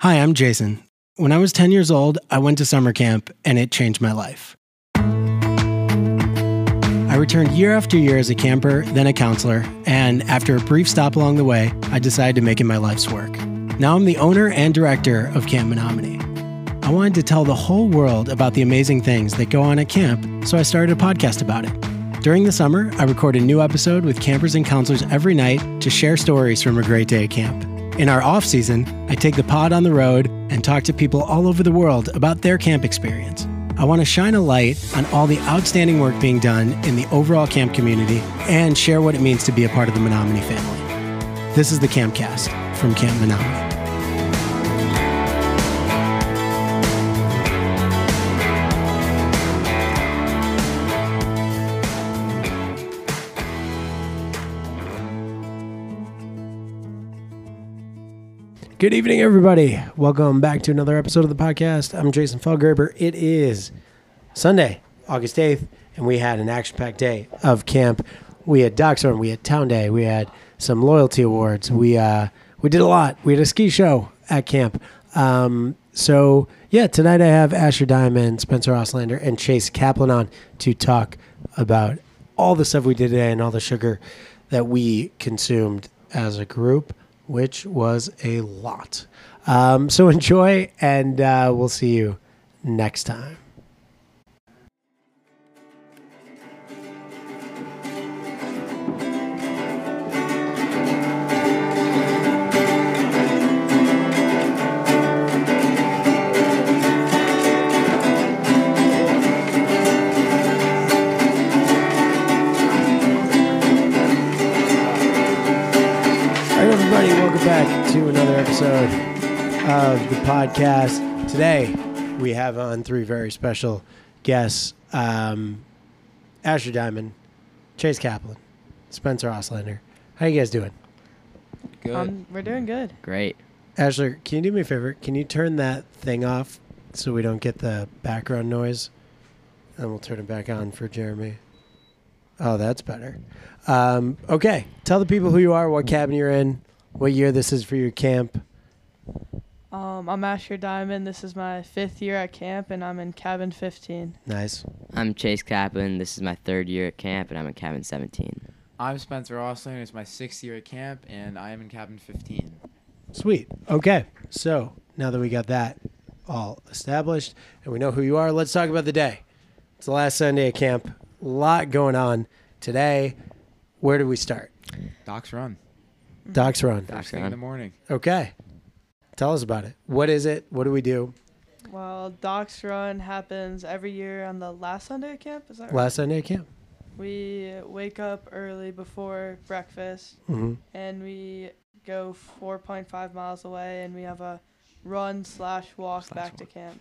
Hi, I'm Jason. When I was 10 years old, I went to summer camp and it changed my life. I returned year after year as a camper, then a counselor, and after a brief stop along the way, I decided to make it my life's work. Now I'm the owner and director of Camp Menominee. I wanted to tell the whole world about the amazing things that go on at camp, so I started a podcast about it. During the summer, I record a new episode with campers and counselors every night to share stories from a great day at camp. In our off season, I take the pod on the road and talk to people all over the world about their camp experience. I want to shine a light on all the outstanding work being done in the overall camp community and share what it means to be a part of the Menominee family. This is the Campcast from Camp Menominee. Good evening, everybody. Welcome back to another episode of the podcast. I'm Jason Felgerber. It is Sunday, August 8th, and we had an action packed day of camp. We had Docs on, we had Town Day, we had some loyalty awards. We, uh, we did a lot. We had a ski show at camp. Um, so, yeah, tonight I have Asher Diamond, Spencer Oslander, and Chase Kaplan on to talk about all the stuff we did today and all the sugar that we consumed as a group which was a lot. Um, so enjoy, and uh, we'll see you next time. back to another episode of the podcast. Today, we have on three very special guests um, Asher Diamond, Chase Kaplan, Spencer Oslander. How you guys doing? Good. Um, we're doing good. Great. Asher, can you do me a favor? Can you turn that thing off so we don't get the background noise? And we'll turn it back on for Jeremy. Oh, that's better. Um, okay. Tell the people who you are, what cabin you're in, what year this is for your camp. Um, I'm Asher Diamond. This is my fifth year at camp, and I'm in cabin 15. Nice. I'm Chase Kaplan. This is my third year at camp, and I'm in cabin 17. I'm Spencer Osling. It's my sixth year at camp, and I am in cabin 15. Sweet. Okay. So now that we got that all established and we know who you are, let's talk about the day. It's the last Sunday at camp. A lot going on today. Where do we start? Doc's Run. Docs Run. Docs Run. in the morning. Okay. Tell us about it. What is it? What do we do? Well, Docs Run happens every year on the last Sunday of camp. Is that right? Last Sunday of camp. We wake up early before breakfast mm-hmm. and we go 4.5 miles away and we have a run slash walk slash back walk. to camp.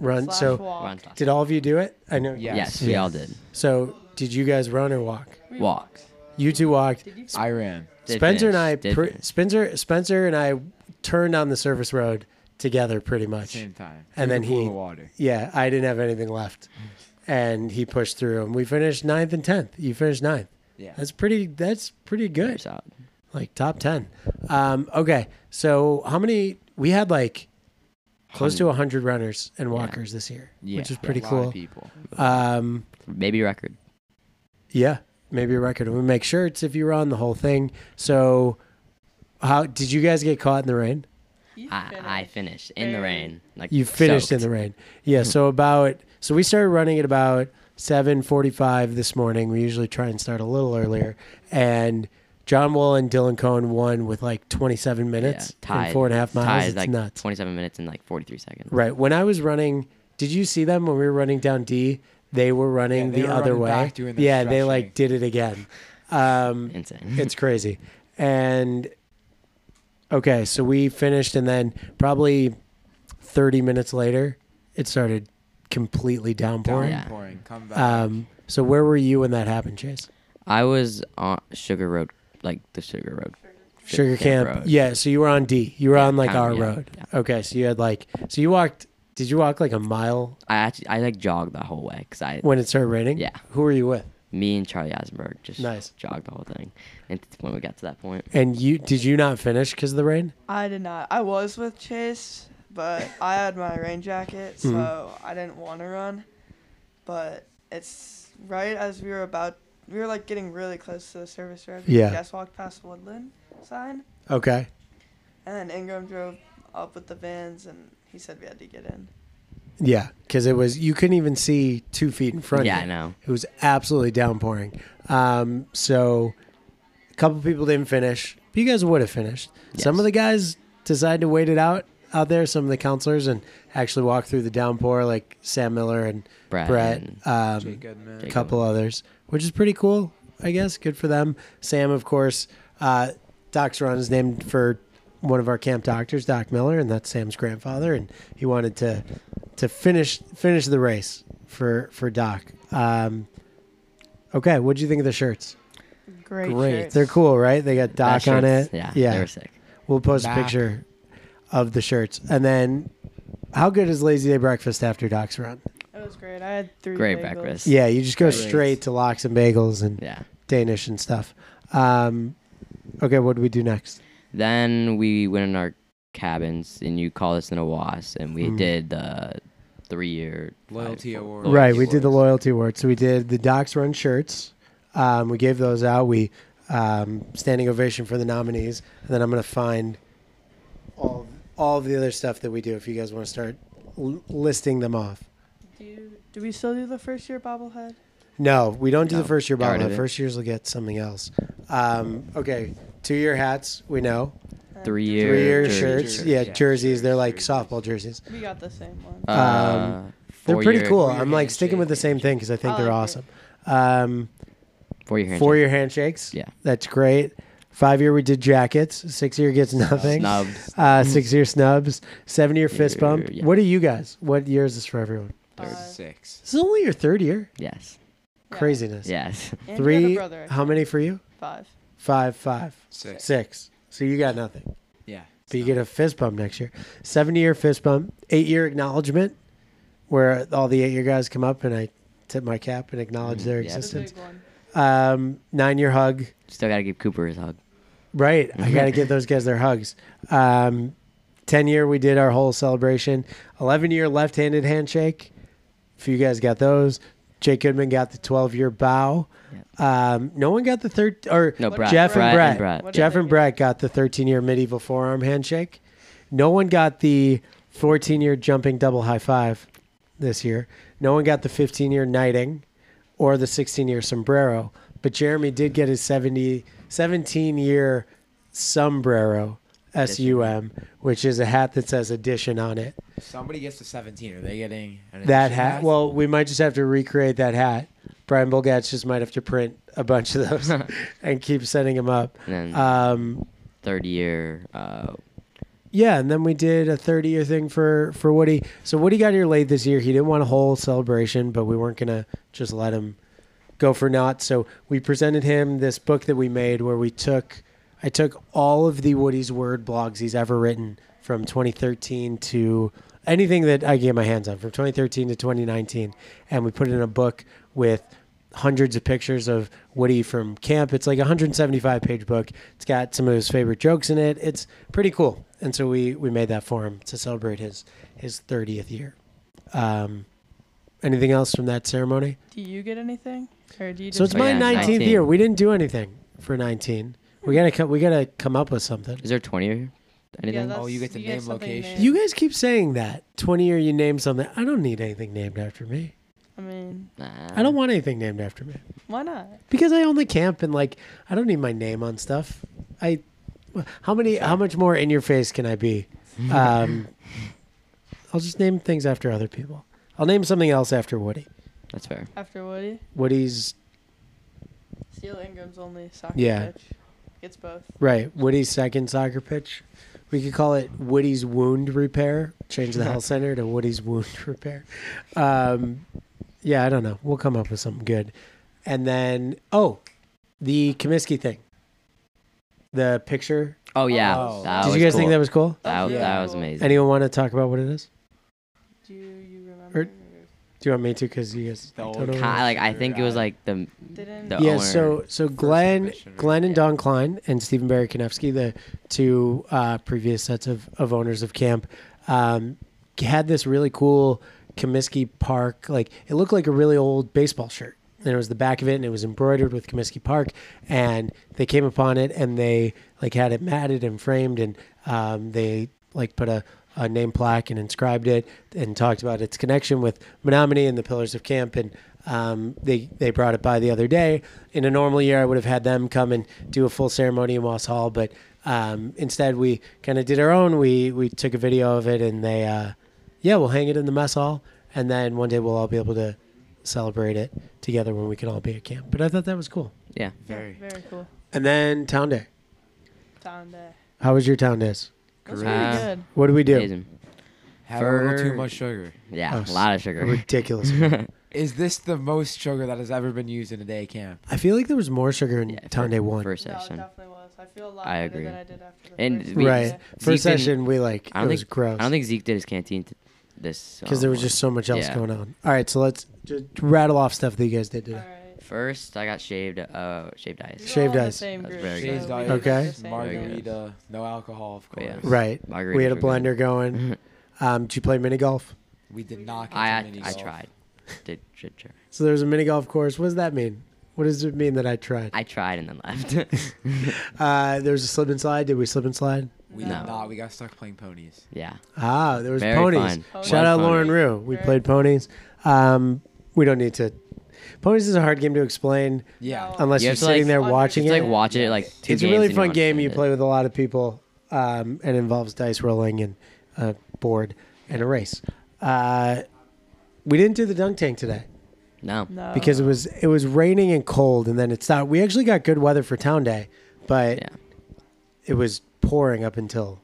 Run. Slash so, walk. Run. did all of you do it? I know. Yes. yes, we all did. So, did you guys run or walk? We walked. You two walked. You? I ran. Did Spencer finish, and I, pre- finish. Spencer, Spencer and I turned on the surface road together pretty much. Same time. And then he, water. yeah, I didn't have anything left, and he pushed through, and we finished ninth and tenth. You finished ninth. Yeah, that's pretty. That's pretty good. Like top ten. Um, okay, so how many? We had like close 100. to hundred runners and walkers yeah. this year, yeah. which is pretty yeah, cool. people. Um, maybe record. Yeah, maybe a record. We make shirts if you run the whole thing. So, how did you guys get caught in the rain? Finished. I, I, finished in the rain. Like you finished soaked. in the rain. Yeah. so about so we started running at about seven forty-five this morning. We usually try and start a little earlier. And John Wall and Dylan Cohen won with like twenty-seven minutes yeah, tied, and four and a half miles. Tied, it's like nuts. Twenty-seven minutes and like forty-three seconds. Right. When I was running, did you see them when we were running down D? they were running yeah, they the were other running way. yeah, stretching. they like did it again. Um, Insane. it's crazy. And okay, so we finished, and then probably 30 minutes later, it started completely downpouring. Downpouring, come back. Um, so where were you when that happened, Chase? I was on Sugar Road, like the Sugar Road. Sugar, Sugar Camp, Road. yeah. So you were on D. You were Yeah, on like kind of, our yeah, road. yeah. Okay, so you had like, so you walked. Did you walk like a mile I actually I like jogged the whole way because I when it started raining? Yeah. Who were you with? me and Charlie Eisenberg just Nice. jogged the whole thing. And th- when we got to that point, And you did you not finish because of the rain? I did not. I was with Chase, but I had my rain jacket, so Mm-hmm. I didn't want to run. But it's right as we were about, we were like getting really close to the service road. because Yeah. We just walked past Woodland sign, Okay. and then Ingram drove up with the vans, and he said we had to get in. Yeah, because it was you couldn't even see two feet in front. Yeah, of you. I know. It was absolutely downpouring. Um, so a couple people didn't finish. But you guys would have finished. Some Yes. of the guys decided to wait it out out there. Some of the counselors and actually walked through the downpour, like Sam Miller and Brett Brett, and um, Jake Goodman. a Jake. couple others, which is pretty cool, I guess. Good for them. Sam, of course, uh, Doc's Run is named for one of our camp doctors, Doc Miller, and that's Sam's grandfather, and he wanted to to finish finish the race for for Doc. Um, okay, what do you think of the shirts? Great. shirts. they're cool, right? They got that Doc on it. shirt's- Yeah, yeah. they were sick. We'll post a Back. picture of the shirts, and then. How good is Lazy Day breakfast after Doc's run? It was great. I had three. Great bagels. breakfast. Yeah, you just go Great. straight to lox and bagels and Yeah. Danish and stuff. Um, okay, what do we do next? Then we went in our cabins, and you called us in a was, and we Mm. did the three-year Loyalty fight- award. loyalty right, we did the awards. loyalty award. So we did the Docs Run shirts. Um, we gave those out. We um, standing ovation for the nominees, and then I'm gonna find all all the other stuff that we do. If you guys want to start l- listing them off. Do, you, do we still do the first year bobblehead? No, we don't do No, the first year got rid of bobblehead. it. First years will get something else. Um, okay, two year hats. We know And Three-year Uh, three year jerseys. shirts. Jerseys, Yeah, yeah, jerseys. They're like jerseys. softball jerseys. We got the same one. Uh, Um, They're pretty four-year- cool. Four-year I'm like sticking with the handshake. same thing because I think I they're like awesome. Um, Four-year handshake. four year handshakes. Yeah. That's great. Five year we did jackets. Six year gets nothing. Snubs. Uh, six year snubs. Seven year fist bump. Yeah. What are you guys? What year is this for everyone? Third Five. six. This is only your third year. Yes. Yeah. Craziness. Yes. And you had a Three. brother, How many for you? Five. Five, five, Six. six. So you got nothing. Yeah. But you get a fist bump next year. Seven year fist bump. Eight year acknowledgement, where all the eight year guys come up and I tip my cap and acknowledge their Mm-hmm. yeah. The The existence. big one. um, nine year hug. Still gotta give Cooper his hug. Right. I got to give those guys their hugs. Um, 10 year, we did our whole celebration. 11 year left handed handshake. If you guys got those, Jake Goodman got the 12 year bow. Um, no one got the third, or No, What- Brett. Jeff Brett and Brett. Brett. What did Jeff they and get? Brett got the 13 year medieval forearm handshake. No one got the 14 year jumping double high five this year. No one got the 15 year knighting or the 16 year sombrero, but Jeremy did get his 70, 17 year sombrero, S U M, which is a hat that says addition on it. Somebody gets to 17. Are they getting an That addition hat, well, we might just have to recreate that hat. Brian Bulgatch just might have to print a bunch of those and keep sending them up. And then Um, third year. Uh, Yeah, and then we did a 30 year thing for for Woody. So Woody got here late this year. He didn't want a whole celebration, but we weren't gonna just let him go for naught. So we presented him this book that we made where we took I took all of the Woody's word blogs he's ever written from 2013 to anything that I get my hands on from 2013 to 2019, and we put it in a book with hundreds of pictures of Woody from camp. It's like a 175 page book. It's got some of his favorite jokes in it. It's pretty cool. And so we we made that for him to celebrate his his 30th year. Um, anything else from that ceremony? Do you get anything? Or do you just So it's Oh, my yeah, 19th 19. year. We didn't do anything for 19. We gotta come, we gotta come up with something. is there twenty year? Anything? that's- Oh, you get to name something location. named. You guys keep saying that 20 year you name something. I don't need anything named after me. I mean, Nah. I don't want anything named after me why not? because I own the camp and like I don't need my name on stuff. I how many how much more in your face can I be? Um, I'll just name things after other people. I'll name something else after Woody. That's fair. After Woody, Woody's Steele Ingram's only soccer Yeah. pitch. Gets both. right. Woody's second soccer pitch. We could call it Woody's wound repair. Change the health center to Woody's wound repair. Um, yeah, I don't know. We'll come up with something good. And then oh, the Comiskey thing. The picture. Oh yeah. Oh. That Did was you guys cool. think that was cool? That, was that was cool. amazing. Anyone want to talk about what it is? Do you remember? Do you want me to? Because you guys The I old don't know. Ki- Ki- like I think it was like the Didn't the yeah. owner. So so Glenn exhibition, Glenn and Don Klein and Stephen Barry Konefsky, the two uh, previous sets of, of owners of camp, um, had this really cool Comiskey Park. Like it looked like a really old baseball shirt. And it was the back of it, and it was embroidered with Comiskey Park. And they came upon it, and they like had it matted and framed, and um, they like put a, a name plaque and inscribed it and talked about its connection with Menominee and the Pillars of Camp. And um, they, they brought it by the other day. In a normal year, I would have had them come and do a full ceremony in Moss Hall, but um, instead we kind of did our own. We, we took a video of it and they, uh, yeah, we'll hang it in the mess hall. And then one day we'll all be able to celebrate it together when we can all be at camp. But I thought that was cool. yeah. yeah, Very. very cool And then Town Day. town day. How was your Town Days? That's Great. pretty Uh, good. What did we do? Amazing. Have a little For- too much sugar. Yeah, Oh, a lot of sugar. Ridiculous. Is this the most sugar that has ever been used in a day camp? I feel like there was more sugar in Yeah, Town for- Day one. First No, it session. definitely was. I feel a lot I better agree. than I did after the And first we- one. right. Yeah. First Zeke didn't- session, we like I it don't was think gross I don't think Zeke did his canteen to this because there was just so much else Yeah. going on. All right, so let's just rattle off stuff that you guys did. All today. right. first I got shaved uh shaved We were ice. Shaved all in the ice. same That's group, very so we good. did Shaved the Okay. same thing. Margarita, no alcohol, of Oh, course. yeah. Right, Margaritas we had a were good. blender Mm-hmm. going. Um, did you play mini golf? We did not. Get I to I, mini I golf. tried. Did, did try. So there was a mini golf course. What does that mean? What does it mean that I tried? I tried and then left. Uh, there was a slip and slide. Did we slip and slide? We No. did not. We got stuck playing ponies. yeah. Ah, there was Very ponies. fun. Shout Love out ponies. Lauren Rue. We Very- played ponies. Um, we don't need to. Ponies is a hard game to explain Yeah. No. unless You you are have to, sitting like, there Just, watching Just it. like watch it like two it's a games really and fun game. You understand play it. with a lot of people, um, and involves dice rolling and a board and a race. Uh, we didn't do the dunk tank today No. No. because Oh. it was it was raining and cold, and then it stopped. We actually got good weather for town day, but Yeah. it was pouring up until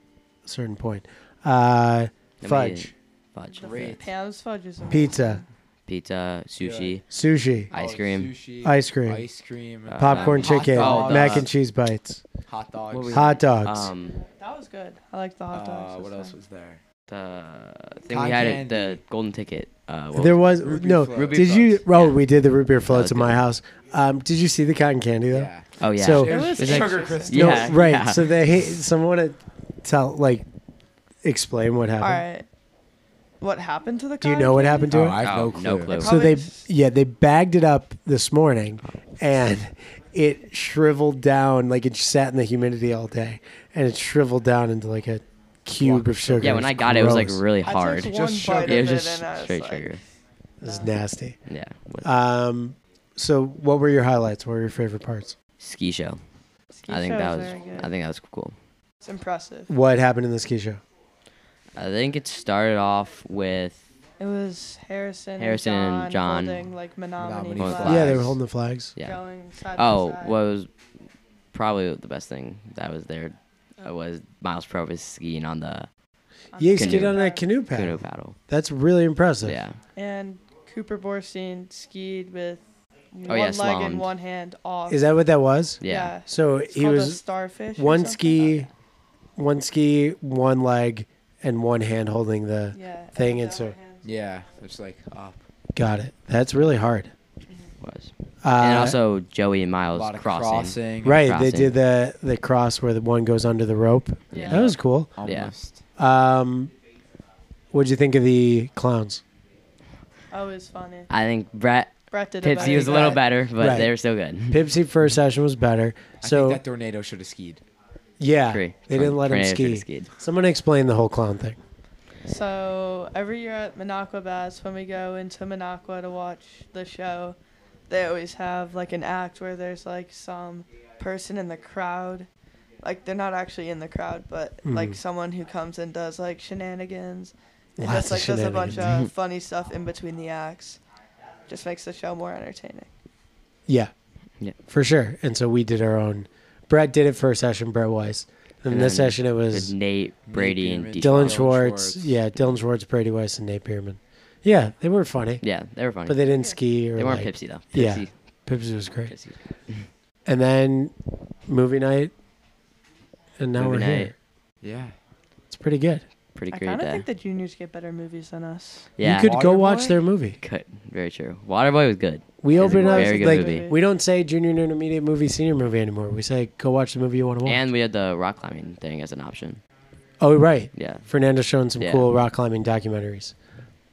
a certain point. Uh, Then we fudge, did Fudge. The Great. Pam's fudge is amazing. pizza, Pizza, sushi. sushi, Ice cream. Oh, Sushi, Ice cream. Ice cream. Uh, popcorn hot chicken, dogs. mac and cheese bites, hot What dogs. was hot dogs. Um That was good. I like the hot dogs. Uh, this what else time. was there? the thing we had it the golden ticket. Uh what there was was root beer no. floats. Root beer did you? floats. Oh, Yeah. we did the root beer floats was in my good. house. Um, did you see the cotton candy though? Yeah. Oh yeah. So- It was It's like- sugar interesting. crisp. Yeah. No, right. So they someone to tell like explain what All happened. right. What happened to the? Do you know what happened to Oh, it? I have Oh, no no clue. clue. so they Probably- Oh. yeah they bagged it up this morning, and it shriveled down like it sat in the humidity all day, and it shriveled down into like a cube of sugar. yeah, when I got it, it was like gross. really I took hard. one Yeah, Just bite sugar. of it was it just and I was straight like, sugar. it was nasty. Yeah. What- Um, so what were your highlights? What were your favorite parts? ski show. ski I think show that is was very good. I think that was cool. it's impressive. What happened in the ski show? I think it started off with It was Harrison, Harrison and and John, John holding like Menominee, Menominee flags, flags. Yeah, they were holding the flags. yeah. going side by Oh, side. what was probably the best thing that was there uh, was Miles Provis skiing on the On Yeah, the you Canoe. skid on that side. canoe paddle. canoe paddle. That's really impressive. Yeah, And Cooper Borstein skied with one Oh, yeah, leg slalom. and one hand off. Is that what that was? yeah, It's So he called a was starfish. or one something? ski, one ski, one leg, and one hand holding the. Yeah, thing, with and the so- other hand. Yeah. It's like uh, up. Got it. That's really hard. was. Uh, and also Joey and A Miles lot of crossing. crossing. right, crossing. they did the the cross where the one goes under the rope. Yeah. That was cool. Almost. Um, what'd you think of the clowns? Oh, it was funny. I think Brett Brett did. Tipsy better was a job. little better, but Right. they were still good. Pipsy first session was better. I So think that tornado should have skied. yeah, Agree. they didn't let him Tornado should've ski. skied. Someone explain the whole clown thing. So every year at Minocqua Bass, when we go into Minocqua to watch the show, they always have like an act where there's like some person in the crowd, like they're not actually in the crowd, but like someone who comes and does like shenanigans. And Lots of just like does a bunch shenanigans. of funny stuff in between the acts. Just makes the show more entertaining. Yeah. Yeah. For sure. And so we did our own. Brett did it first session, Brett Weiss. And, And this then session it With was Nate, Brady, and Beerman. D. Dylan Dylan Schwartz. Schwartz. Yeah, Dylan Schwartz, Brady Weiss, and Nate Bierman. Yeah, they were funny. Yeah, they were funny. But they didn't ski or They weren't like, Pipsy though. Yeah. Pipsy, Pipsy was great. Pipsy. And then movie night. And now Movie we're night. here. Yeah. It's pretty good. pretty I great kind of day. think the juniors get better movies than us. yeah, You could go Waterboy? watch their movie. Could- very true. Waterboy was good. We It's a open up very good like movie. we don't say junior and intermediate movie, senior movie anymore. We say go watch the movie you want to watch. And we had the rock climbing thing as an option. oh right, Yeah. Fernando's showing some Yeah. cool rock climbing documentaries.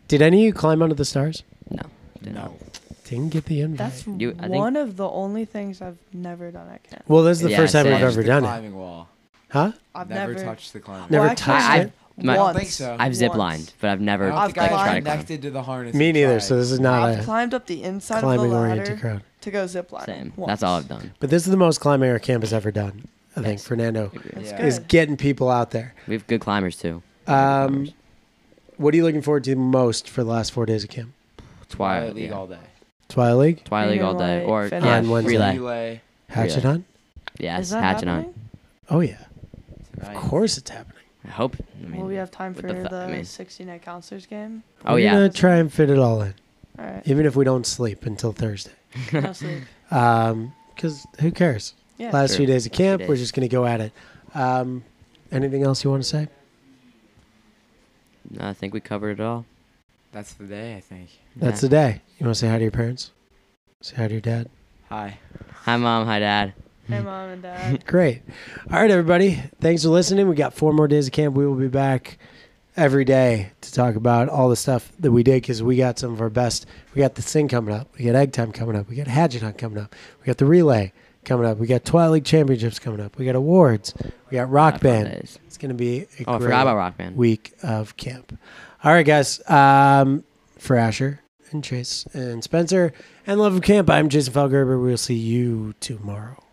Did any of you climb onto the stars? No. did not. No. Didn't get the invite. That's You- I think- one of the only things I've never done at camp. well, this is the Yeah, first time we've same. ever the done it, climbing wall. huh? I've never, never, touched the climbing. Never well, actually, touched I- it? I don't once. think so. I've zip Once. lined, but I've never I I've don't think I tried got to climb. connected to the harness. Me and neither. tried. So this is not I've a climbed up the inside of the climbing oriented ladder crowd. to go zip line. Same. That's all I've done. But this is the most climbing our camp has ever done. I think Yes. Fernando That's Yeah. good. is getting people out there. We have good climbers too. Um, what are you looking forward to most for the last four days of camp? Twilight, league yeah. all day. Twilight League, Twilight League all day, Relay, or finish. yeah, On Wednesday. relay. Relay. Hatchet Oh, Yeah. Hunt. Yes, Is that hatchet happening? on. Oh yeah, of Tonight. course it's happening. I hope. I mean, Will we have time with for the the, fu- I mean- 16 night counselors game? oh We're yeah, gonna try and fit it all in, All right. even if we don't sleep until Thursday. No sleep. Because who cares? Yeah. Last few True. days of camp, Few we're days. just gonna go at it. Um, anything else you want to say? No, I think we covered it all. That's the day, I think. That's the yeah. day. You want to say hi to your parents? Say hi to your dad. Hi. Hi mom, hi dad. Hey, mom and dad. Great. All right, everybody. Thanks for listening. We got four more days of camp. We will be back every day to talk about all the stuff that we did because we got some of our best. We got the thing coming up. We got egg time coming up. We got hatchet hunt coming up. We got the relay coming up. We got Twilight League championships coming up. We got awards. We got rock Not fun band. days. It's going to be a Oh, I great forgot about rock band. week of camp. All right, guys. Um, for Asher and Chase and Spencer and Love of Camp, I'm Jason Felgerber. We'll see you tomorrow.